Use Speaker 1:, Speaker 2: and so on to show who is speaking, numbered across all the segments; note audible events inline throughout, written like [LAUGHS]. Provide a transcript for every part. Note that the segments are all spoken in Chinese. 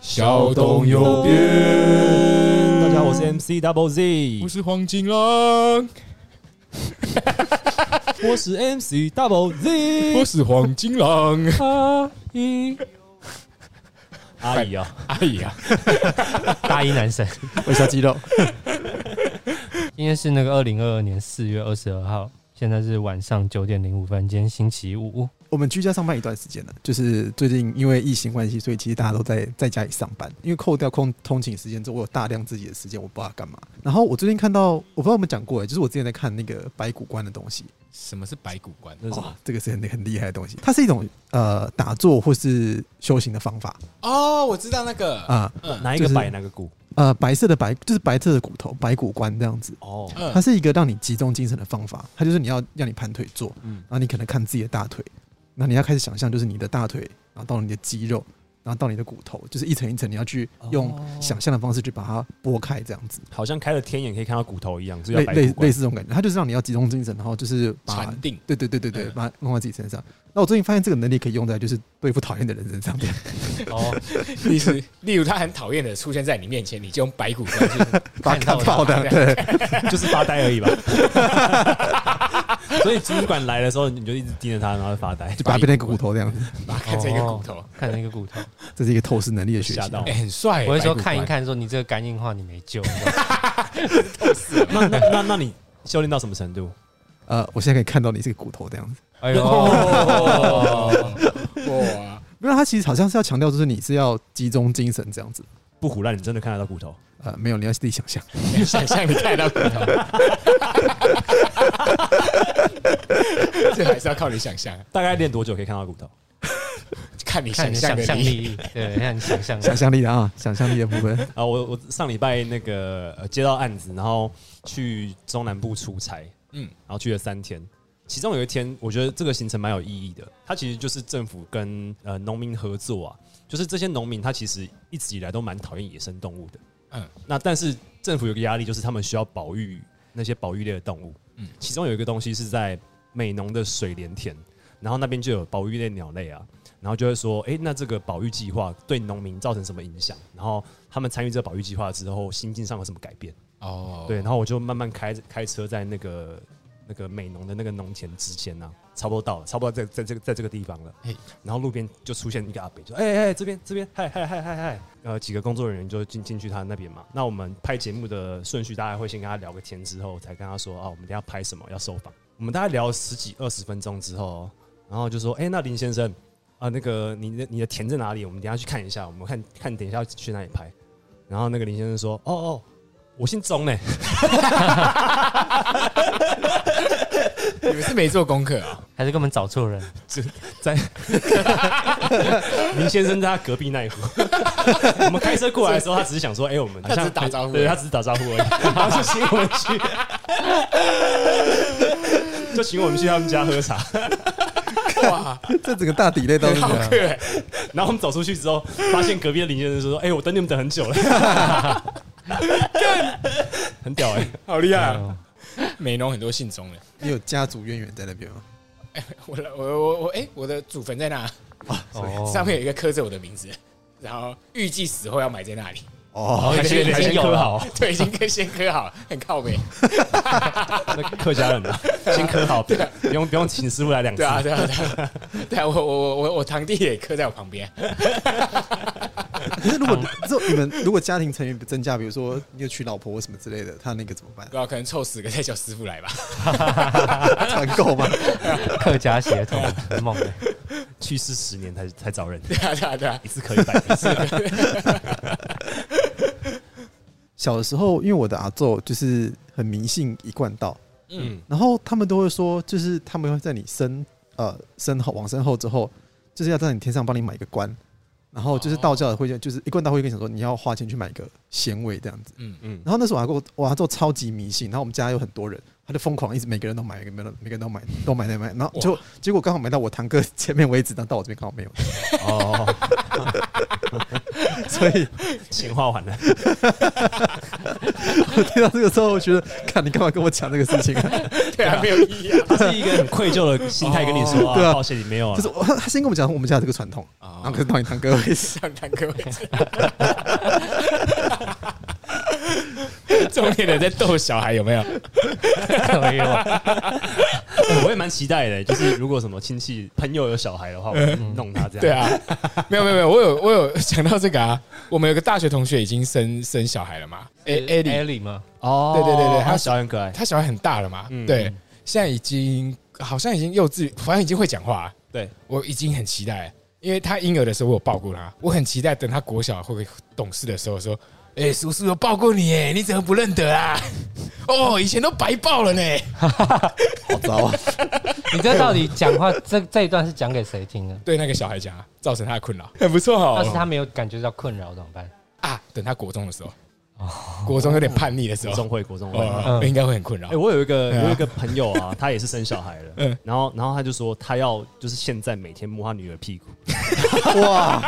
Speaker 1: 小东有变。
Speaker 2: 大家好，我是 MC Double Z，
Speaker 1: 我是黄金狼，
Speaker 2: 我是 MC Double
Speaker 1: 我
Speaker 2: Z，
Speaker 1: 是黄金狼。
Speaker 2: 阿姨，阿姨啊，
Speaker 1: 哎呀，
Speaker 3: 大一男神，
Speaker 4: 微笑肌肉，
Speaker 3: 今天是那个二零二二年四月二十二号，现在是晚上九点零五分，今天星期五。
Speaker 4: 我们居家上班一段时间了，就是最近因为疫情关系，所以其实大家都在在家里上班。因为扣掉空通勤时间之后，我有大量自己的时间，我不知道干嘛。然后我最近看到，我不知道有没有讲过、欸，就是我之前在看那个白骨观的东西，
Speaker 1: 什么是白骨观？
Speaker 2: 这是什么
Speaker 4: 哇，这个是很很厉害的东西，它是一种呃打坐或是修行的方法
Speaker 1: 哦，我知道那个
Speaker 4: 啊、
Speaker 2: 嗯哪一个
Speaker 4: 就是
Speaker 2: 白哪个骨？
Speaker 4: 呃，白色的白就是白色的骨头，白骨观这样子。
Speaker 2: 哦，
Speaker 4: 它
Speaker 1: 嗯，
Speaker 4: 是一个让你集中精神的方法，它就是你要让你盘腿坐，
Speaker 2: 嗯
Speaker 4: 然后你可能看自己的大腿，然后你要开始想象，就是你的大腿，然后到你的肌肉，然后到你的骨头，就是一层一层，你要去用
Speaker 2: 哦
Speaker 4: 想象的方式去把它拨开，这样子，
Speaker 2: 好像开了天眼可以看到骨头一样，这叫
Speaker 4: 类
Speaker 2: 白
Speaker 4: 类
Speaker 2: 骨啊
Speaker 4: 类
Speaker 2: 观。
Speaker 4: 似这种感觉。它就是让你要集中精神，然后就是把
Speaker 1: 禅，定。
Speaker 4: 对对对对对，
Speaker 1: 嗯
Speaker 4: 把它弄到自己身上。那我最近发现这个能力可以用在就是对付讨厌的人
Speaker 1: [LAUGHS]
Speaker 4: 身上面，
Speaker 3: 哦，
Speaker 1: 例如，例如他很讨厌的出现在你面前，你就用白骨观
Speaker 2: [LAUGHS]
Speaker 1: 去
Speaker 4: 把它
Speaker 1: 看
Speaker 4: 看
Speaker 1: 到
Speaker 4: 爆
Speaker 1: 他
Speaker 4: 的，对，
Speaker 2: 就是发呆而已吧。 [LAUGHS] 所以主管来的时候，你就一直盯着他，然后发呆，
Speaker 4: 就把它变成一个骨头这
Speaker 1: [LAUGHS]
Speaker 4: 样子。
Speaker 1: 把它看成一个骨
Speaker 2: 哦
Speaker 1: 头。
Speaker 3: 哦看成一个骨
Speaker 1: [LAUGHS]
Speaker 3: 头。
Speaker 4: 这是一个透视能力的学习
Speaker 2: 吓。到
Speaker 1: 哎，。很帅欸。
Speaker 3: 我会说
Speaker 1: 白骨
Speaker 3: 看
Speaker 1: 观
Speaker 3: 一，看，说你这个肝硬化你没救。
Speaker 1: [LAUGHS]
Speaker 2: 那那那那你修炼到什么程度？
Speaker 4: 呃，我现在可以看到你是个骨头这样子。
Speaker 3: 哎呦，
Speaker 1: 哦
Speaker 2: 哦
Speaker 1: [LAUGHS] 哇，
Speaker 4: 没有，他其实好像是要强调，就是你是要集中精神这样子。
Speaker 2: 不胡乱，你真的看得到骨头？
Speaker 4: 呃，没有，你要自己想象。
Speaker 1: [LAUGHS] 想象你看得到骨头，
Speaker 3: [LAUGHS]
Speaker 1: 这还是要靠你想象，
Speaker 2: 大概练多久可以看到骨头？
Speaker 1: 看你想
Speaker 3: 看你
Speaker 1: 象
Speaker 3: 想
Speaker 1: 的
Speaker 3: 象
Speaker 1: 力。
Speaker 3: 力，对，看你想象力。
Speaker 4: 想象力的啊， [LAUGHS] 想象力的部分。
Speaker 2: 啊，我我上礼拜那个、呃、接到案子，然后去中南部出差，嗯
Speaker 1: 嗯，
Speaker 2: 然后去了三天。其中有一天，我觉得这个行程蛮有意义的。它其实就是政府跟呃农民合作啊，就是这些农民他其实一直以来都蛮讨厌野生动物的，嗯
Speaker 1: 嗯，
Speaker 2: 那但是政府有个压力，就是他们需要保育那些保育类的动物，嗯
Speaker 1: 嗯，
Speaker 2: 其中有一个东西是在美浓的水莲田，然后那边就有保育类鸟类啊，然后就会说，诶，那这个保育计划对农民造成什么影响？然后他们参与这个保育计划之后，心境上有什么改变？
Speaker 1: 哦，
Speaker 2: 对，然后我就慢慢开开车在那个那个美浓的那个农田之间呢、差不多到了，差不多在在这个在这个地方了
Speaker 1: 嘿。
Speaker 2: 然后路边就出现一个阿北，就哎哎、这边这边，嗨嗨嗨嗨嗨，呃几个工作人员就进进去他那边嘛。那我们拍节目的顺序，大概会先跟他聊个天，之后才跟他说啊，我们等一下拍什么要受访。我们大概聊了十几二十分钟之后，然后就说，哎、那林先生啊，那个你的你的田在哪里？我们等一下去看一下，我们看看等一下去哪里拍。然后那个林先生说，哦哦，我姓钟嘞。
Speaker 1: 你们是没做功课
Speaker 3: [LAUGHS]
Speaker 1: 啊？
Speaker 3: 还是给我们找
Speaker 1: [LAUGHS]
Speaker 3: 错人，
Speaker 2: [LAUGHS] 林先生在他隔壁那一
Speaker 1: [LAUGHS]
Speaker 2: 户。我们开车过来的时候，他只是想说：“哎、我们好像
Speaker 1: 他只是打招呼
Speaker 2: 对他只是打招呼而已。”然后就请我们去，
Speaker 1: [LAUGHS]
Speaker 2: 就请我们去他们家喝茶。
Speaker 1: 哇，
Speaker 4: 这整个大底类都
Speaker 3: 啊
Speaker 4: 是
Speaker 1: 好
Speaker 4: [LAUGHS] 这样
Speaker 1: 客欸，
Speaker 2: 然后我们走出去之后，发现隔壁的林先生说：“哎、我等你们等很久了。”很屌哎、
Speaker 1: 好厉害啊！
Speaker 3: 哦
Speaker 1: 美浓很多姓钟的，
Speaker 4: 你有家族渊源在那边吗？
Speaker 1: [LAUGHS] 我的我我我哎、我的祖坟在那，
Speaker 3: 哦
Speaker 1: 上面有一个刻着我的名字，然后预计死后要埋在那里。
Speaker 4: 哦，
Speaker 3: 哦，已经
Speaker 1: 对对对
Speaker 3: 已经有
Speaker 2: 先刻
Speaker 3: 了，
Speaker 2: 好
Speaker 3: 好
Speaker 1: 啊对，已经跟先刻好，很靠北。
Speaker 2: 那客家人啊，先磕好，不用不用请师傅来两次。
Speaker 1: 对啊，对啊，对啊，对啊，我我我我我堂弟也刻在我旁边。
Speaker 4: 可是如果 [LAUGHS] 这你们如果家庭成员增加，比如说你有娶老婆或什么之类的，他那个怎么办
Speaker 1: 不？知啊道可能凑十个再叫师傅来吧。
Speaker 4: 团购吗？
Speaker 3: 客家
Speaker 1: [LAUGHS]
Speaker 3: 血统，很猛 [LAUGHS] 欸
Speaker 2: 去世十年才才找人，
Speaker 1: 对啊，对啊，对啊
Speaker 2: 一次磕一百个。
Speaker 4: 小的时候，因为我的阿昼就是很迷信一贯道，
Speaker 2: 嗯，
Speaker 4: 然后他们都会说，就是他们会在你身呃身后往身后之后，就是要在你天上帮你买一个冠，然后就是道教的会就是一贯道会跟你讲说，你要花钱去买一个贤位这样子。
Speaker 1: 嗯
Speaker 2: 嗯
Speaker 4: 嗯，然后那时候我阿公我阿昼超级迷信，然后我们家有很多人，他就疯狂一直每个人都买，每个人都每个人都买，都买都买，然后就结果刚好买到我堂哥前面为止，然后到我这边刚好没有， [LAUGHS]
Speaker 2: 哦，所以钱花完了，
Speaker 4: 我听到这个时候，我觉得，看你干嘛跟我讲这个事情、啊？
Speaker 1: 对啊，没有意义啊。
Speaker 2: 他是一个很愧疚的心态跟你说，
Speaker 4: 哦对
Speaker 2: 啊，
Speaker 4: 啊
Speaker 2: 抱歉你没有啊
Speaker 4: 就是，我 [LAUGHS] 他先跟我们讲我们家有这个传统，然后可是到你堂哥为
Speaker 1: [LAUGHS]
Speaker 4: 止，
Speaker 1: 上堂各位，重点的在逗小孩有没有？
Speaker 3: 没有啊，
Speaker 1: 哎
Speaker 2: 哎我也蛮期待的，就是如果什么亲戚朋友有小孩的话，我就弄他这样，
Speaker 1: 对，啊，没有没有没有，我有我有想到这个啊，我们有个大学同学已经生生小孩了嘛，哎艾
Speaker 3: 艾
Speaker 1: 莉，
Speaker 3: 里嘛，
Speaker 2: 哦，
Speaker 1: 对对对对
Speaker 2: 他小孩很可爱，
Speaker 1: 他小孩很大了嘛，
Speaker 2: 嗯
Speaker 1: 对，现在已经好像已经幼稚，好像已经会讲话啊，
Speaker 2: 对，
Speaker 1: 我已经很期待，因为他婴儿的时候我有抱过他，我很期待等他国小会不会懂事的时候说，哎、叔叔有抱过你哎，你怎么不认得啊？ [LAUGHS] 哦，以前都白抱了呢，
Speaker 4: 好糟啊！
Speaker 3: 你这到底讲话这这一段是讲给谁听的？
Speaker 1: 对那个小孩讲啊，造成他的
Speaker 2: [LAUGHS]
Speaker 1: 困扰，很不错
Speaker 3: 要是他
Speaker 1: 哦。
Speaker 3: 没有感觉到困扰怎么办？
Speaker 1: 啊，等他国中的时候，国中有点叛逆的时
Speaker 2: 哦
Speaker 1: 候，
Speaker 2: 国中会国中会。
Speaker 1: 哦，
Speaker 3: 嗯
Speaker 1: 应该会很困扰
Speaker 2: 哎、。我有一个
Speaker 1: 对啊
Speaker 2: 我有一个朋友
Speaker 1: [LAUGHS]
Speaker 2: 啊，他也是生小孩了，
Speaker 1: 嗯
Speaker 2: 然后然后他就说他要就是现在每天摸他女儿屁股，
Speaker 4: [LAUGHS]
Speaker 2: [LAUGHS]
Speaker 4: 哇，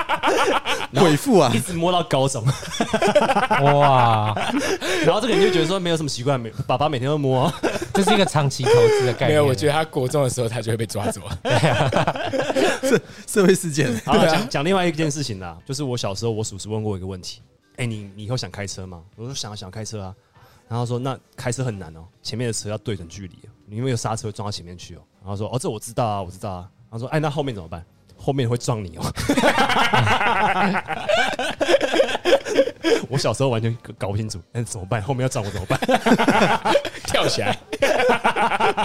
Speaker 4: 鬼父啊
Speaker 2: 一！直摸到高中， [LAUGHS]
Speaker 3: 哇，
Speaker 2: 然后这个人就觉得说没有什么奇怪，每爸爸每天都摸、啊
Speaker 3: 这是一个长期投资的概
Speaker 2: 哎
Speaker 3: 念。
Speaker 1: 没有，我觉得他国中的时候，他就会被抓
Speaker 2: [LAUGHS]
Speaker 1: 走。
Speaker 4: 社会事件， [LAUGHS]
Speaker 1: [LAUGHS]
Speaker 2: 好
Speaker 1: 啊
Speaker 2: 了，讲讲另外一件事情啦，就是我小时候，我叔叔问过我一个问题：哎、你你以后想开车吗？我说想啊想开车啊。然后他说那开车很难哦，前面的车要对准距离哦，你没有刹车撞到前面去哦。然后说哦，这我知道啊，我知道啊。然后说哎，那后面怎么办？后面会撞你哦。 [LAUGHS] 我小时候完全搞不清楚，那怎么办？后面要撞我怎么办？
Speaker 1: [LAUGHS] 跳起来，
Speaker 2: [LAUGHS]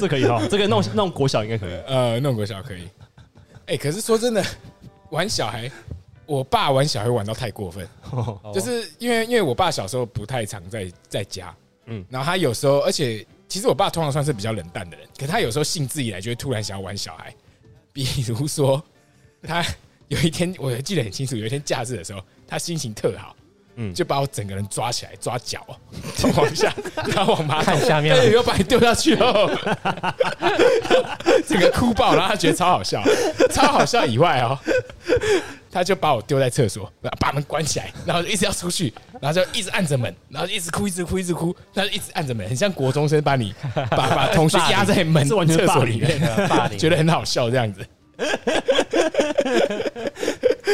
Speaker 2: 这可以哈，这个弄弄国小应该可以。
Speaker 1: 呃，弄国小可以。哎、可是说真的，玩小孩，我爸玩小孩玩到太过分，
Speaker 2: 哦
Speaker 1: 就
Speaker 3: 得
Speaker 1: 是因为因为我爸小时候不太常在在家，嗯
Speaker 2: 嗯，
Speaker 1: 然后他有时候，而且其实我爸通常算是比较冷淡的人，可他有时候兴致一来就会突然想要玩小孩，比如说他有一天我记得很清楚，有一天假日的时候，他心情特好。嗯，
Speaker 2: 嗯
Speaker 1: 就把我整个人抓起来，抓脚，哦往
Speaker 3: [LAUGHS]
Speaker 1: 下，然后往马桶
Speaker 3: 看下面
Speaker 1: 对，又把你丢下去哦， [LAUGHS] 整个哭爆，然后他觉得超好笑，超好笑以外哦，他就把我丢在厕所，然后把门关起来，然后就一直要出去，然后就一直按着门，然后就一直哭，一直哭，一直哭，然后就一直按着门，很像国中生把你
Speaker 2: [LAUGHS]
Speaker 1: 把把同学压在门
Speaker 2: 这完全
Speaker 1: 厕
Speaker 2: 是霸
Speaker 1: 所
Speaker 2: 凌
Speaker 1: 里面，
Speaker 3: 霸
Speaker 1: [LAUGHS]
Speaker 3: 凌
Speaker 1: 觉得很好笑这样子，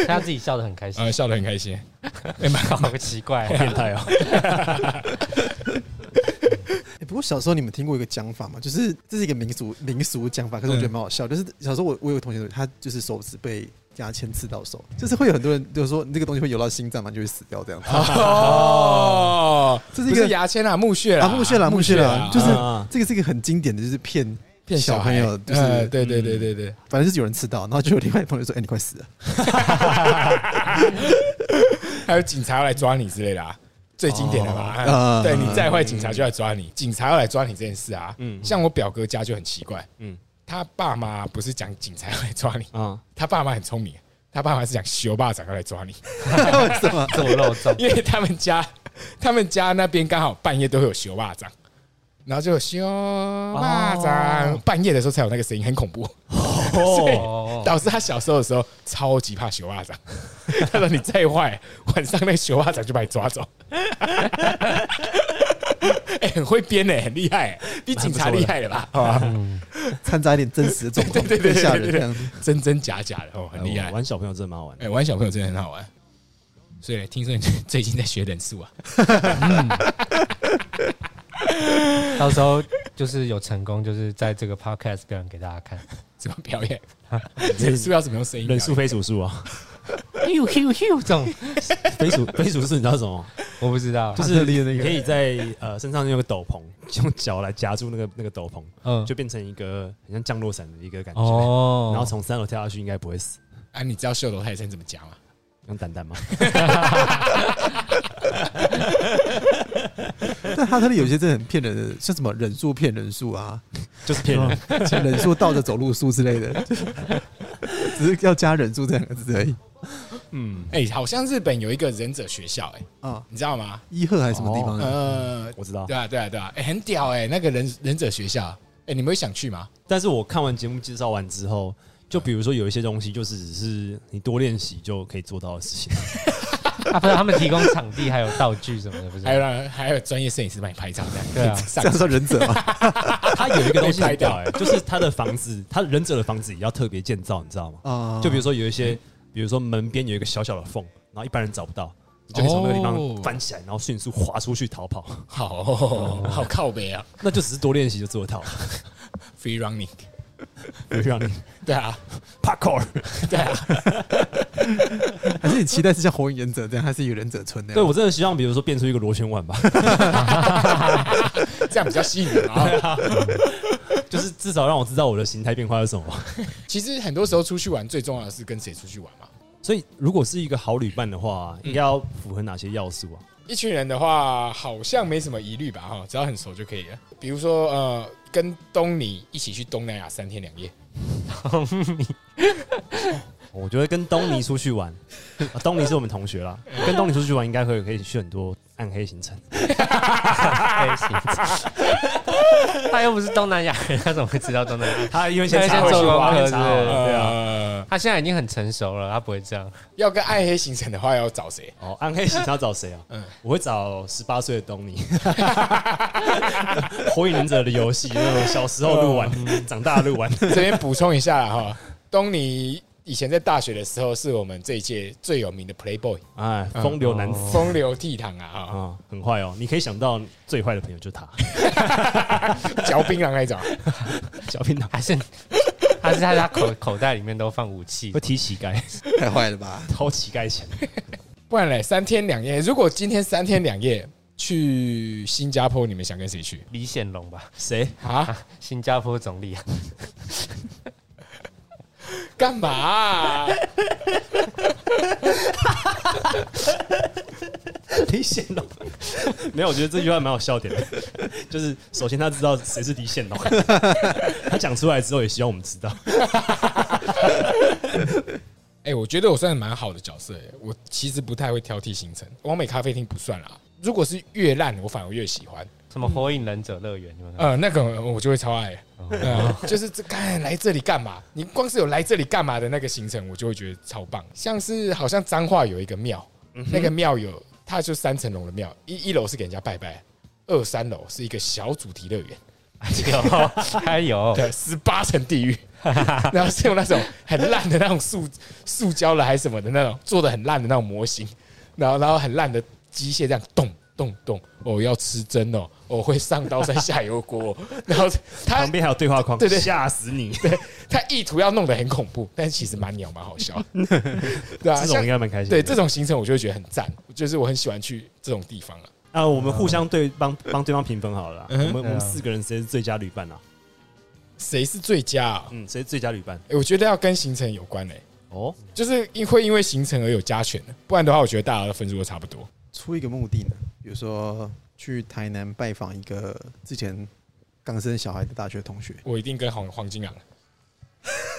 Speaker 3: 他自己笑得很开心
Speaker 1: 呃，，笑得很开心，
Speaker 2: [LAUGHS]
Speaker 1: 哎蛮好。
Speaker 3: 好奇怪啊
Speaker 2: 好。变态哦！
Speaker 4: 欸不过小时候你们听过一个讲法嘛，就是这是一个民俗民俗讲法，可是我觉得蛮好笑。就是小时候我我有个同学，他就是手指被牙签刺到手，就是会有很多人就说你这个东西会游到心脏嘛，就会死掉这样子。
Speaker 1: 啊 [LAUGHS] 哦，
Speaker 4: 这
Speaker 1: 不
Speaker 4: 是一个
Speaker 1: 是牙签啊，木屑啦，
Speaker 4: 啊，木屑啦，木屑啦，就是
Speaker 2: 啊
Speaker 4: 这个是一个很经典的，就是骗
Speaker 1: 骗
Speaker 4: 小
Speaker 1: 孩
Speaker 4: 朋友，就是嗯
Speaker 1: 呃对对对对对，
Speaker 4: 反正就是有人刺到，然后就有另外一个朋友说：“哎，你快死了。”
Speaker 1: [LAUGHS] 还
Speaker 4: [LAUGHS]
Speaker 1: 有警察要来抓你之类的啊，最经典的嘛。
Speaker 4: 哦
Speaker 1: 啊
Speaker 4: 嗯
Speaker 1: 对你再坏，警察就来抓你，警察要来抓你这件事啊。
Speaker 2: 嗯
Speaker 1: 像我表哥家就很奇怪，
Speaker 2: 嗯
Speaker 1: 他爸妈不是讲警察要来抓你，
Speaker 2: 啊，
Speaker 1: 他爸妈很聪明，他爸妈是讲修霸掌要来抓你，
Speaker 4: 为什么？
Speaker 3: 这么肉粽，
Speaker 1: 因为他们家他们家那边刚好半夜都会有修霸掌。然后就有修霸掌，
Speaker 4: 哦
Speaker 1: 半夜的时候才有那个声音，很恐怖，
Speaker 3: 哦，
Speaker 1: 导致他小时候的时候超级怕修霸掌。他说：“你再坏，晚上那个修霸掌就把你抓走。哎，很会编呢、很厉害、欸比警察厉害了吧？好吧
Speaker 4: 掺杂一点真实的状况，
Speaker 1: [LAUGHS] 对对对
Speaker 4: 更吓
Speaker 1: 对
Speaker 4: 人
Speaker 1: 对
Speaker 4: 这样子。
Speaker 1: 真真假假的哦，很厉害。
Speaker 2: 哎玩小朋友真的蛮好玩的
Speaker 1: 哎、。玩小朋友真的很好玩。所以听说你最近在学人数啊？
Speaker 3: 到时候就是有成功，就是在这个 podcast 表演给大家看。
Speaker 1: 怎么表演？ [LAUGHS] 人数要怎么用声音表演？
Speaker 2: 人数非数数 [LAUGHS] 啊，
Speaker 3: 呦呦呦，这种
Speaker 2: 非数非数数，你知道什
Speaker 1: [LAUGHS]
Speaker 2: 么？
Speaker 3: 我不知道，啊
Speaker 2: 就是
Speaker 4: 立的那
Speaker 2: 你
Speaker 4: 个
Speaker 2: 可以在呃身上用个斗篷， [LAUGHS] 用脚来夹住那个那个斗篷，
Speaker 3: 嗯
Speaker 2: 就变成一个很像降落伞的一个感觉。
Speaker 3: 哦
Speaker 2: 然后从三楼跳下去应该不会死，
Speaker 1: 啊，你知道秀楼泰山怎么讲吗？
Speaker 2: 用蛋蛋吗？ [LAUGHS]
Speaker 4: 但他他的有些真的很骗人的，像什么人数骗人数啊，
Speaker 2: 就是骗人。
Speaker 1: 嗯
Speaker 4: 像人数倒着走路数之类的，只是要加人数这两个字而已。
Speaker 2: 嗯，
Speaker 1: 哎、好像日本有一个忍者学校、哎，
Speaker 4: 啊，
Speaker 1: 你知道吗？
Speaker 4: 伊贺还是什么地方啊的？
Speaker 1: 呃，
Speaker 2: 我知道。
Speaker 1: 对啊，对啊，对啊，哎、很屌哎、那个忍忍者学校，哎、你们会想去吗？
Speaker 2: 但是我看完节目介绍完之后，就比如说有一些东西，就是只是你多练习就可以做到的
Speaker 1: [LAUGHS]
Speaker 2: 事情。
Speaker 3: 啊，不是他们提供场地还有道具什么的，不是
Speaker 1: 还？有让还有专业摄影师帮你拍照这样，
Speaker 3: 对啊
Speaker 1: [LAUGHS] 上
Speaker 4: 这样算忍者 [LAUGHS] 吗？
Speaker 2: 他有一个东西
Speaker 1: 被拍
Speaker 2: 很
Speaker 1: 掉
Speaker 2: 屌哎、就是他的房子，他忍者的房子也要特别建造，你知道吗？
Speaker 4: 啊，
Speaker 2: 就比如说有一些，比如说门边有一个小小的缝，然后一般人找不到，你就可以从那个地
Speaker 1: 哦
Speaker 2: 方翻起来，然后迅速滑出去逃跑。 [LAUGHS]
Speaker 1: 好、哦、好靠北啊
Speaker 2: 那就只是多练习就做得到了，
Speaker 1: ，free running，
Speaker 2: 不会让你
Speaker 1: 对啊，
Speaker 2: [LAUGHS] parkour。
Speaker 1: 对啊，
Speaker 4: 还是你期待是像火影忍者这样，还是一个忍者村那
Speaker 2: 对
Speaker 4: 样？
Speaker 2: 我真的希望，比如说变出一个螺旋丸吧， [LAUGHS]
Speaker 1: 这样比较吸引人啊。
Speaker 2: 就是至少让我知道我的形态变化是什么吧。
Speaker 1: 其实很多时候出去玩最重要的是跟谁出去玩嘛。
Speaker 2: 所以，如果是一个好旅伴的话，应该要符合哪些要素啊？
Speaker 1: 一群人的话，好像没什么疑虑吧，哈，只要很熟就可以了。比如说，呃，跟东尼一起去东南亚三天两夜，
Speaker 2: 我觉得跟东尼出去 [LAUGHS] 玩，啊东尼是我们同学啦，跟东尼出去玩应该会可以去很多暗黑行程。
Speaker 3: 开心。哎 [LAUGHS] 他又不是东南亚人，他怎么会知道东南亚？
Speaker 2: 他因为
Speaker 3: 现在
Speaker 2: 查
Speaker 3: 先
Speaker 2: 好
Speaker 3: 做
Speaker 2: 去
Speaker 3: 功
Speaker 2: 玩
Speaker 3: 课，
Speaker 2: 先
Speaker 3: 是不
Speaker 2: 查好
Speaker 3: 是？
Speaker 2: 了
Speaker 3: [LAUGHS] 对啊，
Speaker 1: 呃，
Speaker 3: 他现在已经很成熟了，他不会这样。
Speaker 1: 要跟暗黑行程的话，要找谁？
Speaker 2: 哦，暗黑行程要找谁啊？
Speaker 1: [LAUGHS] 嗯
Speaker 2: 我会找十八岁的东尼， [LAUGHS] 火影忍者的游戏那种小时候录
Speaker 1: 嗯
Speaker 2: 完，长大录完。 [LAUGHS]
Speaker 1: 这边补充一下啦哈，东尼以前在大学的时候，是我们这一届最有名的 Playboy，
Speaker 2: 哎，
Speaker 1: 嗯
Speaker 2: 风流男
Speaker 3: 哦
Speaker 2: 子
Speaker 1: 风流倜傥啊，
Speaker 2: 啊，很坏哦。你可以想到最坏的朋友就是他， [LAUGHS]
Speaker 1: 哈，嚼槟榔那种，
Speaker 2: 小平
Speaker 3: 还是还是他他口口袋里面都放武器
Speaker 2: 会？提乞丐， [LAUGHS]
Speaker 4: 太坏了吧！
Speaker 2: 掏乞丐钱。
Speaker 1: 不然嘞，三天两夜。如果今天三天两夜去新加坡，你们想跟谁去
Speaker 3: 李显龙吧，
Speaker 1: [LAUGHS]
Speaker 2: 谁？
Speaker 1: 啊？
Speaker 3: 新加坡总理啊，
Speaker 1: 干嘛啊、
Speaker 2: 李显龙？ [LAUGHS] 没有，我觉得这句话蛮有笑点的。 [LAUGHS] 就是首先他知道谁是李显
Speaker 1: [LAUGHS]
Speaker 2: 龙，他讲出来之后也希望我们知道。 [LAUGHS]
Speaker 1: 哎、我觉得我算是蛮好的角色、欸，我其实不太会挑剔行程，完美咖啡厅不算啦。如果是越烂，我反而越喜欢。
Speaker 3: 什
Speaker 2: 嗯
Speaker 3: 么火影忍者乐园，你们
Speaker 1: 呃，那个我就会超爱、呃，就是这干来这里干嘛？你光是有来这里干嘛的那个行程，我就会觉得超棒。像是好像彰化有一个庙，那个庙有它就三层楼的庙，一一楼是给人家拜拜，二三楼是一个小主题乐园。
Speaker 3: 有
Speaker 2: 哎
Speaker 3: 还有
Speaker 1: 对，十八层地狱，然后是用那种很烂的那种塑塑胶的还是什么的那种做的很烂的那种模型，然后然后很烂的机械这样动动动，哦要吃针哦，我会上刀山下油锅哦，然后他
Speaker 2: 旁边还有对话框，
Speaker 1: 对对
Speaker 2: 吓死你！
Speaker 1: 他意图要弄得很恐怖，但其实蛮鸟蛮好笑，
Speaker 2: [LAUGHS]
Speaker 1: 对啊，
Speaker 2: 这种
Speaker 1: 像
Speaker 2: 应该蛮开心的。
Speaker 1: 对这种行程我就会觉得很赞，就是我很喜欢去这种地方了。
Speaker 2: 啊，我们互相对帮帮对方评分好了啦。我
Speaker 1: 嗯嗯哼
Speaker 2: 们我
Speaker 3: 对啊
Speaker 2: 们四个人谁是最佳旅伴啊？
Speaker 1: 谁是最佳、啊？
Speaker 2: 嗯，谁是最佳旅伴？
Speaker 1: 诶我觉得要跟行程有关诶、
Speaker 2: 哦，
Speaker 1: 就是因会因为行程而有加权的，不然的话，我觉得大家的分数都差不多。
Speaker 4: 出一个目的呢，比如说去台南拜访一个之前刚生小孩的大学同学，
Speaker 1: 我一定跟黄黄金昂，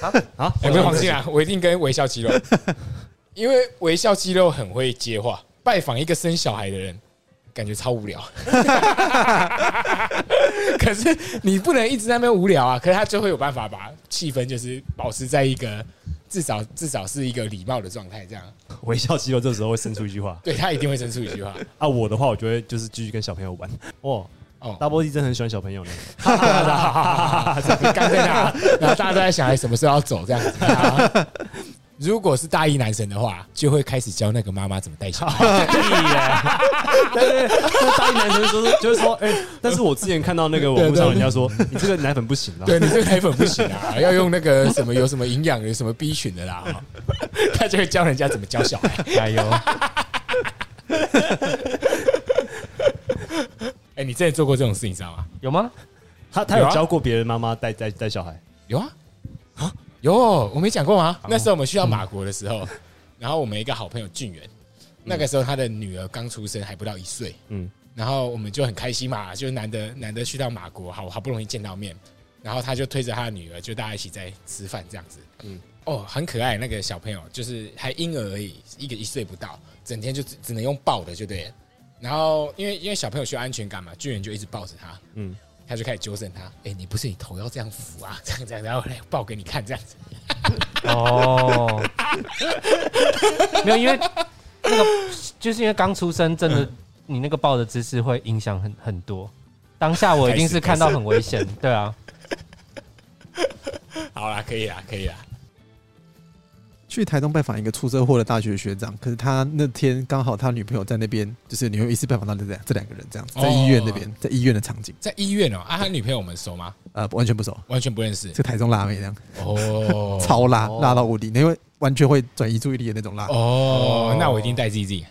Speaker 2: 啊，
Speaker 1: 哎、不是黄金昂， [LAUGHS] 我一定跟微笑肌肉，因为微笑肌肉很会接话。拜访一个生小孩的人，感觉超无聊。 [LAUGHS] 可是你不能一直在那边无聊啊！可是他就会有办法把气氛就是保持在一个至少至少是一个礼貌的状态，这样
Speaker 2: 微笑肌肉这时候会生出一句话
Speaker 1: 对他一定会生出一句话。
Speaker 2: 啊，我的话我就会就是继续跟小朋友玩。哦
Speaker 1: 哦
Speaker 2: ，Double D 真的很喜欢小朋友呢。
Speaker 1: 干在那，然后大家都在想，哎，什么时候要走这样子。啊如果是大一男神的话，就会开始教那个妈妈怎么带小孩。
Speaker 2: [LAUGHS]
Speaker 1: 啊
Speaker 2: 对对对，那大一男生说就是说，哎，但是我之前看到
Speaker 1: [LAUGHS]
Speaker 2: 那个网络上人家说，你这个奶粉不行啊啦。
Speaker 1: 对你这个奶粉不行啊，要用那个什么有什么营养有什么 B 群的啦，哈他就会教人家怎么教小孩。
Speaker 3: 还有，
Speaker 1: 哎，你真的做过这种事，你知道吗？
Speaker 3: 有吗？
Speaker 2: 他他
Speaker 1: 有
Speaker 2: 有
Speaker 1: 啊
Speaker 2: 教过别人妈妈带带带小
Speaker 1: [LAUGHS]
Speaker 2: 孩，
Speaker 1: 有啊，有，我没讲过吗？那时候我们去到马国的时候，然后我们一个好朋友俊元，那个时候他的女儿刚出生，还不到一岁，嗯
Speaker 2: 嗯，
Speaker 1: 然后我们就很开心嘛，就难得难得去到马国，好好不容易见到面，然后他就推着他的女儿，就大家一起在吃饭这样子，嗯，哦，很可爱那个小朋友，就是还婴儿而已，一个一岁不到，整天就只只能用抱的就对了。然后因为因为小朋友需要安全感嘛，巨人就一直抱着他，
Speaker 2: 嗯
Speaker 1: 嗯，他就开始纠正他，哎、你不是你头要这样扶啊，这样这样，然后来抱给你看这样子。
Speaker 3: 哦，没有，因为那个就是因为刚出生，真的你那个抱的姿势会影响很很多。当下我一定是看到很危险，对啊，
Speaker 1: 好啦，可以啦，可以啦。
Speaker 4: 去台东拜访一个出车祸的大学学长，可是他那天刚好他女朋友在那边，就是你会一次拜访到这两这两个人这样子，在医院那边，在医院的场景，
Speaker 1: 在医院哦、啊，他女朋友我们熟吗？
Speaker 4: 呃，完全不熟，
Speaker 1: 完全不认识
Speaker 4: 这台中辣妹这样，。
Speaker 1: 哦
Speaker 4: 超辣
Speaker 2: 哦
Speaker 4: 辣到无敌，因为完全会转移注意力的那种辣。
Speaker 1: 哦，那我一定带 ZZ。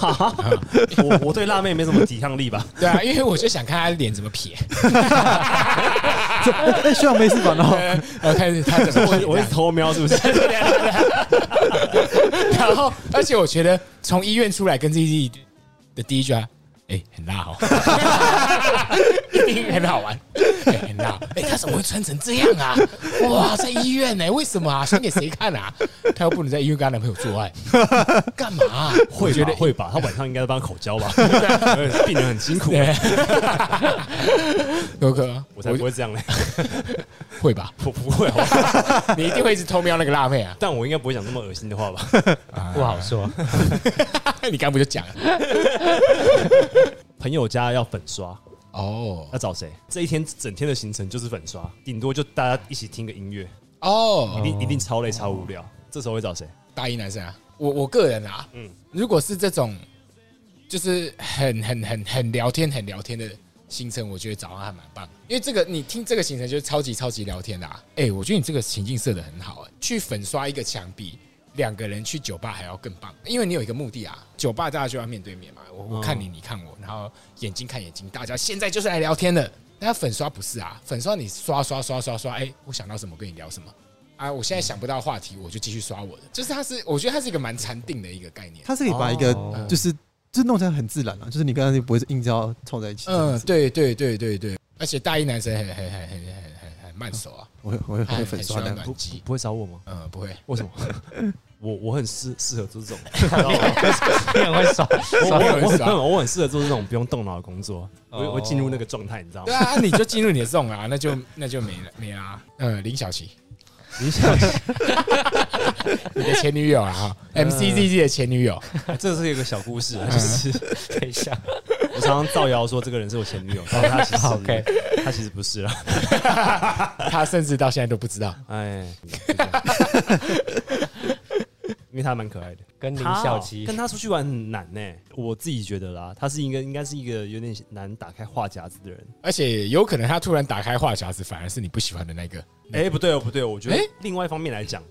Speaker 2: 我我对辣妹没什么抵抗力
Speaker 1: [LAUGHS]
Speaker 2: 吧？
Speaker 1: 对啊，因为我就想看他脸怎么
Speaker 4: [LAUGHS]
Speaker 1: 撇。 [LAUGHS]
Speaker 4: 哎、欸，学长没事吧？然后
Speaker 1: [LAUGHS] 呃，呃看他怎么撇
Speaker 2: 我我一直偷瞄，是不是？
Speaker 1: [LAUGHS] 然后，而且我觉得从医院出来跟 ZZ 的第一句啊，哎、很辣
Speaker 2: [LAUGHS]
Speaker 1: 哦， [LAUGHS] 一定很好玩，哎、很辣，哎、他怎么会穿成这样啊？哇，在医院呢、为什么啊？穿给谁看啊？他又不能在医院跟她男朋友做爱，干嘛啊、
Speaker 2: 会
Speaker 1: [LAUGHS] 我觉
Speaker 2: 吧
Speaker 1: 得
Speaker 2: 会吧？他晚上应该帮他口
Speaker 1: [LAUGHS]
Speaker 2: 交吧？ [LAUGHS] 病人很辛苦，啊
Speaker 1: 对， [LAUGHS] 有可能，
Speaker 2: 我才不会这样嘞，
Speaker 1: 会吧？
Speaker 2: [LAUGHS] 我不会好吧？
Speaker 1: 你一定会一直偷瞄那个辣妹
Speaker 2: [LAUGHS]
Speaker 1: 啊！
Speaker 2: 但我应该不会讲那么恶心的话吧？
Speaker 3: 不好说。 [LAUGHS]
Speaker 1: 你刚不就讲了？
Speaker 2: 朋友家要粉刷，
Speaker 1: 哦
Speaker 2: 要找谁？这一天整天的行程就是粉刷，顶多就大家一起听个音乐，一
Speaker 1: 哦，
Speaker 2: 定一定超累超无聊。这时候会找谁？
Speaker 1: 大一男生啊，我我个人啊，
Speaker 2: 嗯
Speaker 1: 嗯，如果是这种就是很很很很聊天很聊天的行程，我觉得早上还蛮棒，因为这个你听这个行程就是超级超级聊天的、啊。哎、我觉得你这个情境设的很好、哎，去粉刷一个墙壁。两个人去酒吧还要更棒，因为你有一个目的啊。酒吧大家就要面对面嘛，我我看你，你看我，然后眼睛看眼睛，大家现在就是来聊天的。但粉刷不是啊，粉刷你刷刷刷刷刷，哎、我想到什么跟你聊什么啊，我现在想不到话题，我就继续刷我的。就是它是，我觉得它是一个蛮禅定的一个概念。
Speaker 4: 他是可以把一个、
Speaker 3: 哦
Speaker 4: 就是就弄成很自然了、啊，就是你跟他就不会硬是要凑在一起。
Speaker 1: 嗯
Speaker 4: 嗯，，
Speaker 1: 对对对对对，而且大一男生很很很很很很很很慢手啊，
Speaker 4: 我会我会我会粉刷
Speaker 1: 很
Speaker 4: 的
Speaker 1: 喜。欢
Speaker 2: 不
Speaker 1: 鸡
Speaker 2: 不会找我吗？
Speaker 1: 嗯，不会，
Speaker 2: 为什么？我我很适适合做 [LAUGHS] 这种，
Speaker 3: 你很会耍
Speaker 2: 我
Speaker 3: 耍
Speaker 2: 我
Speaker 1: 很
Speaker 2: 我很
Speaker 1: 少
Speaker 2: 我我很适合做这种不用动脑的工作，我
Speaker 3: 哦
Speaker 2: 我进入那个状态，你知道
Speaker 1: 对
Speaker 2: 吗？
Speaker 1: 啊，你就进入你的 zone 啊，那 [LAUGHS] 就那就没了没啦、嗯，林小琪，
Speaker 2: 你想，
Speaker 1: 你的前女友啊 [LAUGHS] 哈，MCZZ 的前女友，
Speaker 2: [LAUGHS] 这是一个小故事啊，就是 [LAUGHS]
Speaker 3: 等一下，
Speaker 2: 我常常造谣说这个人是我前女友，但是他 [LAUGHS] 其实
Speaker 3: OK
Speaker 2: 他其实不是啦。
Speaker 1: 她甚至到现在都不知道。
Speaker 2: 哎，就这样因为他蛮可爱的。
Speaker 3: 跟林
Speaker 2: 他哦
Speaker 3: 小 [LAUGHS] 琪
Speaker 2: 跟他出去玩很难呢、我自己觉得啦，他是一个应该是一个有点难打开话匣子的人。
Speaker 1: 而且有可能他突然打开话匣子，反而是你不喜欢的那个。
Speaker 2: 哎、不对哦，不对哦，我觉得
Speaker 1: 哎
Speaker 2: 另外一方面来讲，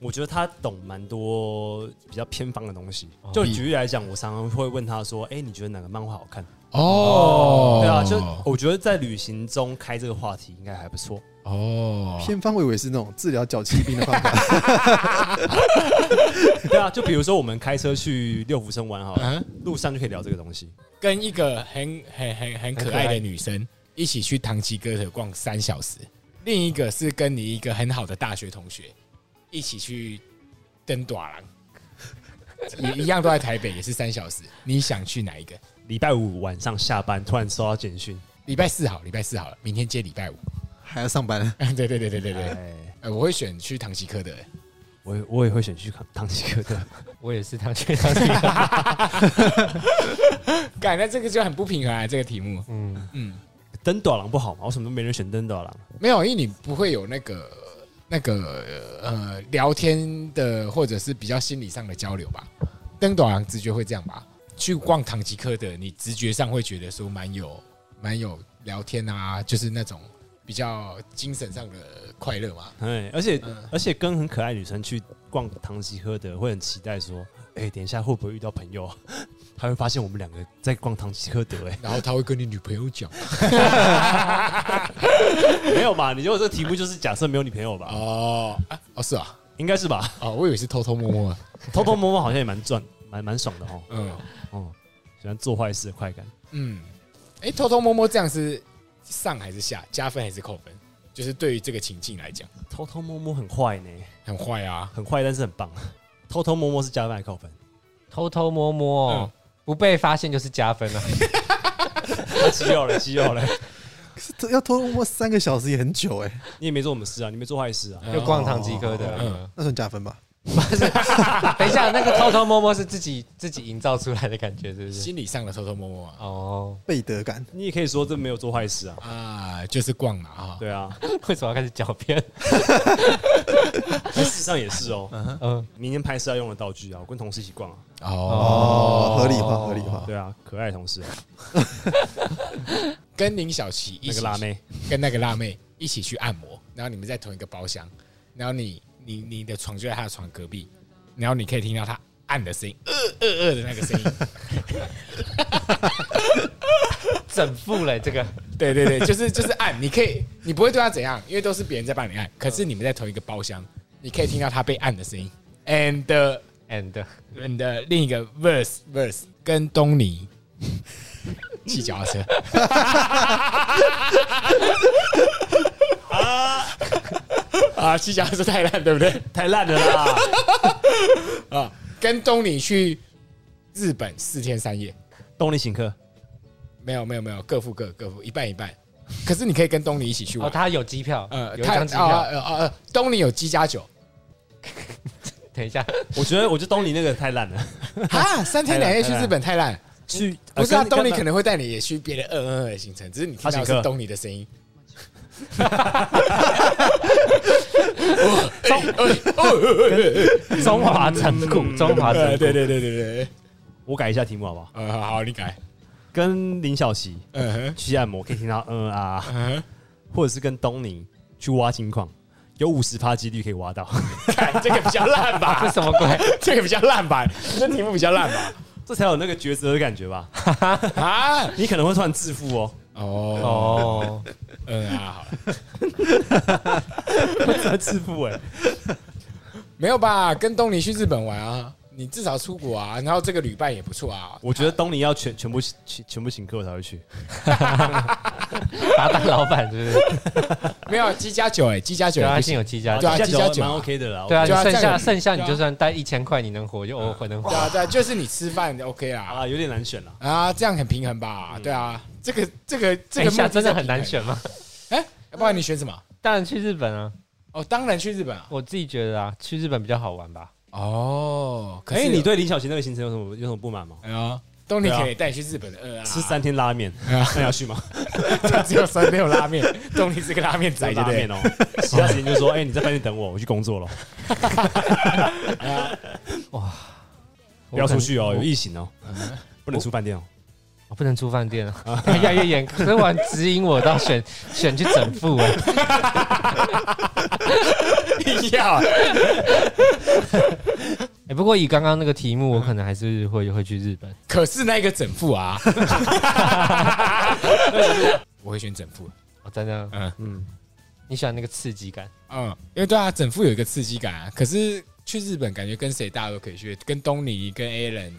Speaker 2: 我觉得他懂蛮多比较偏方的东西
Speaker 3: 哦。
Speaker 2: 就举例来讲，我常常会问他说：“哎、你觉得哪个漫画好看？”
Speaker 1: 哦
Speaker 2: 对啊，就我觉得在旅行中开这个话题应该还不错。
Speaker 1: 哦，
Speaker 4: 偏方我以为是那种治疗脚气病的方法， [LAUGHS]
Speaker 2: 对啊，就比如说我们开车去六福村玩好了，
Speaker 1: 嗯，
Speaker 2: 路上就可以聊这个东西。
Speaker 1: 跟一个很很很很可爱的女生一起去唐吉诃德逛三小时，另一个是跟你一个很好的大学同学一起去登短廊，也一样都在台北，也是三小时。你想去哪一个？
Speaker 2: 礼拜五晚上下班，突然收到简讯，
Speaker 1: 礼拜四好，礼拜四好了，明天接礼拜五。
Speaker 4: 还要上班，
Speaker 1: 对对对对对对，
Speaker 2: 哎，
Speaker 1: 呃，我会选去唐吉诃德。
Speaker 2: 我也我也会选去唐唐吉诃德。
Speaker 3: 我也是他去他去，
Speaker 1: 感觉这个就很不平衡啊，这个题目。
Speaker 3: 嗯，
Speaker 1: 嗯，
Speaker 2: [LAUGHS] 登岛郎不好吗？为什么都没人选登岛郎？
Speaker 1: 没有，因为你不会有那个那个呃聊天的，或者是比较心理上的交流吧。登短廊直觉会这样吧？去逛唐吉诃德，你直觉上会觉得说蛮有蛮有聊天啊，就是那种比较精神上的快乐嘛。
Speaker 2: 哎，而且、
Speaker 1: 嗯
Speaker 2: 而且跟很可爱的女生去逛唐吉诃德，会很期待说，哎、等一下会不会遇到朋友？ [LAUGHS] 他会发现我们两个在逛唐吉诃德、
Speaker 1: 然后他会跟你女朋友讲
Speaker 2: 哎， [LAUGHS] 没有吧？你如果这个题目就是假设没有女朋友吧，
Speaker 1: 哦、啊哦是啊
Speaker 2: 应该是吧？
Speaker 1: 哦，我以为是偷偷摸摸的。
Speaker 2: 偷偷摸摸好像也蛮赚， [LAUGHS] 蛮蛮爽的哦。
Speaker 1: 嗯
Speaker 2: 哦，喜欢做坏事的快感。
Speaker 1: 嗯，哎、偷偷摸摸这样是上还是下？加分还是扣分？就是对于这个情境来讲，
Speaker 2: 偷偷摸摸很坏呢，
Speaker 1: 很坏啊。
Speaker 2: 很坏，但是很棒。 [LAUGHS] 偷偷摸摸是加分还是扣分？
Speaker 3: 偷偷摸摸、哦不被发现就是加分了、啊。
Speaker 2: 他肌肉了，肌肉了。
Speaker 4: 这要偷偷摸摸三个小时也很久哎、
Speaker 2: 你也没做我们事啊，你没做坏事啊。
Speaker 3: 就逛堂即刻的，
Speaker 1: 嗯，
Speaker 4: 那算加分吧。
Speaker 3: 不是，等一下，那个偷偷摸摸是自己 [LAUGHS] 自己营造出来的感觉，是不是？
Speaker 1: 心理上的偷偷摸摸啊，
Speaker 3: 哦，
Speaker 4: 背德感，
Speaker 2: 你也可以说这没有做坏事啊。
Speaker 1: 啊，就是逛嘛啊。
Speaker 2: 对啊，
Speaker 3: 为什么要开始狡辩？
Speaker 2: 事实上也是哦。
Speaker 3: 嗯，
Speaker 2: 明天拍摄要用的道具啊，我跟同事一起逛啊。
Speaker 1: 哦，
Speaker 4: 合理化，合理化。
Speaker 2: 对啊，可爱的同事啊，
Speaker 1: 跟林小琪一
Speaker 2: 那
Speaker 1: 起
Speaker 2: 个辣妹，
Speaker 1: 跟那个辣妹一起去按摩，然后你们在同一个包厢，然后你你你的床就在她的床隔壁，然后你可以听到她按的声音，呃呃呃的那个声音。
Speaker 2: [LAUGHS]
Speaker 3: 整副嘞，这个
Speaker 1: 对对对，就是就是按，你可以你不会对她怎样，因为都是别人在帮你按，可是你们在同一个包厢，你可以听到她被按的声音。And the-
Speaker 3: and
Speaker 1: and the 另一个 verse verse 跟东尼 [LAUGHS] 骑脚踏车， [LAUGHS] 啊骑脚踏车太烂，对不对？
Speaker 2: 太烂了啦！ [LAUGHS]
Speaker 1: 啊，跟东尼去日本四天三夜，
Speaker 2: 动力请客，
Speaker 1: 没有没有没有，各付各各付一半一半。可是你可以跟东尼一起去玩，
Speaker 3: 哦，他有机票，
Speaker 1: 呃，
Speaker 3: 有一
Speaker 1: 他
Speaker 3: 张机票。
Speaker 1: 呃呃呃，东尼有鸡加 [LAUGHS] 酒
Speaker 3: 等一 [LAUGHS] 下，
Speaker 2: 我觉得我觉得东尼那个太烂了。
Speaker 1: 啊，三天两夜去日本太烂，
Speaker 2: 去
Speaker 1: 不是啊，
Speaker 2: 呃跟
Speaker 1: 东尼可能会带你也去别的嗯嗯嗯的行程，只是你听
Speaker 2: 他
Speaker 1: 到
Speaker 2: 请
Speaker 1: 是
Speaker 2: 客
Speaker 1: 东尼的声音。
Speaker 3: 中华城谷，中华城
Speaker 1: 呃，
Speaker 3: 谷，
Speaker 1: 对对对对对，
Speaker 2: 我改一下题目好不好？
Speaker 1: 呃，好，你改，
Speaker 2: 跟林小琪
Speaker 1: 嗯
Speaker 2: 去按摩可以听到嗯啊，
Speaker 1: 哼，
Speaker 2: 或者是跟东尼去挖金矿，有五十趴几率可以
Speaker 1: [LAUGHS]
Speaker 2: 挖到。
Speaker 1: 看这个比较烂
Speaker 3: 这
Speaker 1: 吧，
Speaker 3: 什么鬼？
Speaker 1: 这个比较烂吧，这题目比较烂吧，
Speaker 2: 这才有那个抉择的感觉吧？
Speaker 1: 啊，
Speaker 2: 你可能会突然致富
Speaker 1: [LAUGHS]
Speaker 2: 哦，
Speaker 1: 哦，
Speaker 3: 哦，
Speaker 1: 嗯啊，好了。
Speaker 2: 致富哎、
Speaker 1: 没有吧？跟东尼去日本玩啊，你至少出国啊，然后这个旅伴也不错啊。
Speaker 2: 我觉得东尼要全全部全全部请客我才会去，
Speaker 3: 把他当老板 [LAUGHS] 是不是？
Speaker 1: 没有鸡加酒哎、鸡加酒
Speaker 3: 对
Speaker 1: 也
Speaker 3: 啊，
Speaker 1: 不
Speaker 3: 幸
Speaker 1: 行
Speaker 3: 有七家
Speaker 1: 对
Speaker 3: 酒，
Speaker 1: 啊
Speaker 2: 这
Speaker 1: 鸡加
Speaker 2: 样
Speaker 1: 酒
Speaker 2: 子
Speaker 1: 啊
Speaker 2: 蛮 OK 的啦。
Speaker 3: 对啊，你
Speaker 1: 对啊
Speaker 3: 剩
Speaker 1: 这样
Speaker 3: 下
Speaker 1: 有
Speaker 3: 剩下你
Speaker 1: 对啊
Speaker 3: 就算带一千块，你能活就哦偶尔能活
Speaker 1: 对。啊对啊，就是你吃饭 OK
Speaker 2: 好
Speaker 1: 啦
Speaker 2: 啦，有点难选啦。
Speaker 1: 啊，这样很平衡吧？对啊，这个这个这个
Speaker 3: 等一
Speaker 1: 目的
Speaker 3: 下真的
Speaker 1: 在
Speaker 3: 很
Speaker 1: 平衡
Speaker 3: 难。选吗？
Speaker 1: 哎，要不然你选什么？
Speaker 3: 当然去日本啊，
Speaker 1: 哦，当然去日本啊。
Speaker 3: 我自己觉得啊，去日本比较好玩吧。
Speaker 1: 哦，可
Speaker 2: 哎、
Speaker 1: 是
Speaker 2: 你对林小琪那个行程有什么有什么不满吗？
Speaker 1: 哎呀，东尼
Speaker 2: 对啊
Speaker 1: 可以带你去日本的呃啊，
Speaker 2: 吃三天拉面，
Speaker 3: 啊
Speaker 2: 那要去
Speaker 3: [LAUGHS]
Speaker 2: 吗？
Speaker 1: 就只有三没有拉 [LAUGHS] 面，东尼是个拉面
Speaker 2: 只有
Speaker 1: 仔，对
Speaker 2: 拉
Speaker 1: 不对
Speaker 2: 面？
Speaker 3: [LAUGHS]
Speaker 2: 哦，其他时间就说，哎、你在饭店等我，我去工作了，不要出去哦，
Speaker 3: 我
Speaker 2: 有
Speaker 3: 可能
Speaker 2: 疫情哦，不能出饭店哦。
Speaker 3: 我不能出饭店啊， [LAUGHS] 越来越严格，所以我很指引我到选选去整副哎，
Speaker 1: 一样。
Speaker 3: 哎不过以刚刚那个题目，我可能还是会会去日本。
Speaker 1: 可是那个整副啊，我会选整副。啊
Speaker 3: 我真的，
Speaker 1: 嗯
Speaker 2: 嗯，
Speaker 3: 你喜欢那个刺激感？
Speaker 1: 嗯，因为对啊，整副有一个刺激感啊。可是去日本感觉跟谁大家都可以去，跟东尼、跟 Alan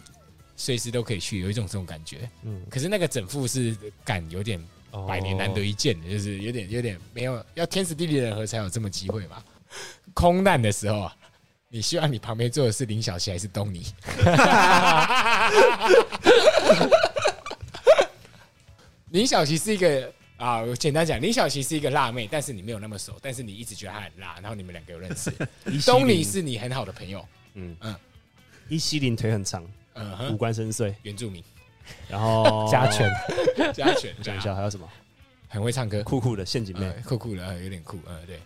Speaker 1: 随时都可以去，有一种这种感觉。嗯
Speaker 2: 嗯，
Speaker 1: 可是那个整副是感有点
Speaker 3: 哦
Speaker 1: 百年难得一见的，就是有点有点没有要天时地利人和才有这么机会嘛。空难的时候啊，你希望你旁边坐的是林小琪还是东尼？ [LAUGHS] 林小琪是一个啊，我简单讲，林小琪是一个辣妹，但是你没有那么熟，但是你一直觉得她很辣，然后你们两个有认
Speaker 2: [LAUGHS]
Speaker 1: 识。东尼是你很好的朋友，
Speaker 2: 一七零腿很长，
Speaker 1: 嗯
Speaker 2: 五
Speaker 1: 哼，
Speaker 2: 官深邃，
Speaker 1: 原
Speaker 2: [LAUGHS]
Speaker 1: 住民
Speaker 2: 然后
Speaker 3: 加权，
Speaker 1: 加权，
Speaker 2: 讲
Speaker 1: 加
Speaker 2: 一
Speaker 1: 权
Speaker 2: 下还有什么
Speaker 1: 啊很会唱歌，
Speaker 2: 酷酷的陷阱妹
Speaker 3: 哎
Speaker 1: 呃，酷酷的，呃有点酷，呃，对。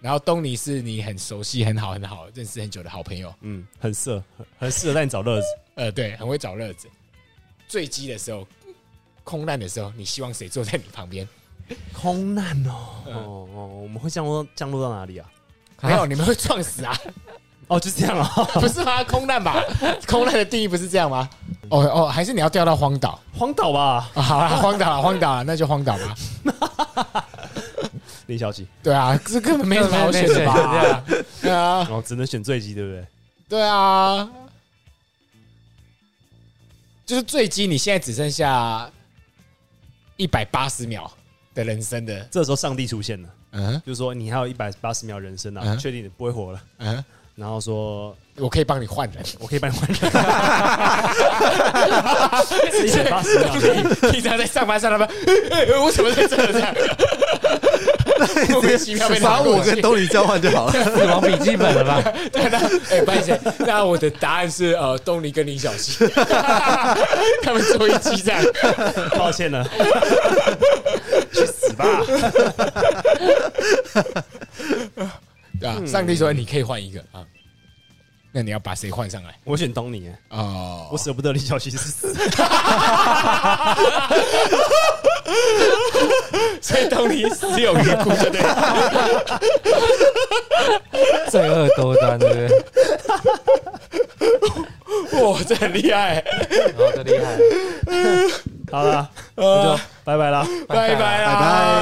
Speaker 1: 然后东尼是你很熟悉、很好、很好认识很久的好朋友，
Speaker 2: 嗯，很色，很很适合让你找乐子。
Speaker 1: 呃，对，很会找乐子。坠机的时候，空难的时候，你希望谁坐在你旁边？
Speaker 2: 空难哦，哦哦，我们会降落降落到哪里啊？
Speaker 1: 没有，你们会撞死
Speaker 2: [LAUGHS]
Speaker 1: 啊，
Speaker 2: 哦，就这样哦，
Speaker 1: 不是吗？空难吧，空难的定义不是这样吗？哦哦，还是你要掉到荒岛？
Speaker 2: [LAUGHS] 荒岛吧，
Speaker 1: 啊、好啦，荒岛啦，荒岛啦，那就荒岛吧。
Speaker 2: 林小姐，
Speaker 1: 对啊，这根本没什么好选的
Speaker 3: 对
Speaker 1: 吧？
Speaker 3: 啊
Speaker 1: 对啊，
Speaker 2: 然哦后只能选坠机，对不对？
Speaker 1: 对啊，就是坠机，你现在只剩下一百八十秒的人生的
Speaker 2: 这时候上帝出现了，
Speaker 1: 嗯
Speaker 2: 就是说你还有一百八十秒人生啊，
Speaker 1: 嗯
Speaker 2: 确定你不会活了，
Speaker 1: 嗯，
Speaker 2: 然后说
Speaker 1: 我可以帮你换人，
Speaker 2: 我可以帮你
Speaker 1: [LAUGHS]
Speaker 2: 换人，一百八十秒而已，
Speaker 1: 平常在上班上到班，哎哎为什么在这这样？莫名其妙被
Speaker 4: 把
Speaker 1: 拉过
Speaker 4: 我
Speaker 1: 去
Speaker 4: 跟兜里交换就好了。
Speaker 3: 死亡笔记本了吧？
Speaker 1: 对，那哎，不好意思，那我的答案是呃，东尼跟林小溪，他们做一期这样，
Speaker 2: 抱歉了，去死吧！
Speaker 1: 对吧？啊上帝说你可以换一个啊，那你要把谁换上来？
Speaker 2: 我选东尼耶，
Speaker 1: 哦
Speaker 2: 我，舍不得李小琪是死，
Speaker 1: [LAUGHS] 所以东尼只有一个故事，对了，
Speaker 3: [LAUGHS] 罪恶多端，对不对？
Speaker 1: 哇，这很厉害，
Speaker 3: 哦，这厉害，
Speaker 2: 好啦，
Speaker 1: 呃，
Speaker 2: 拜拜啦。
Speaker 1: 拜拜
Speaker 3: 拜
Speaker 1: 啦。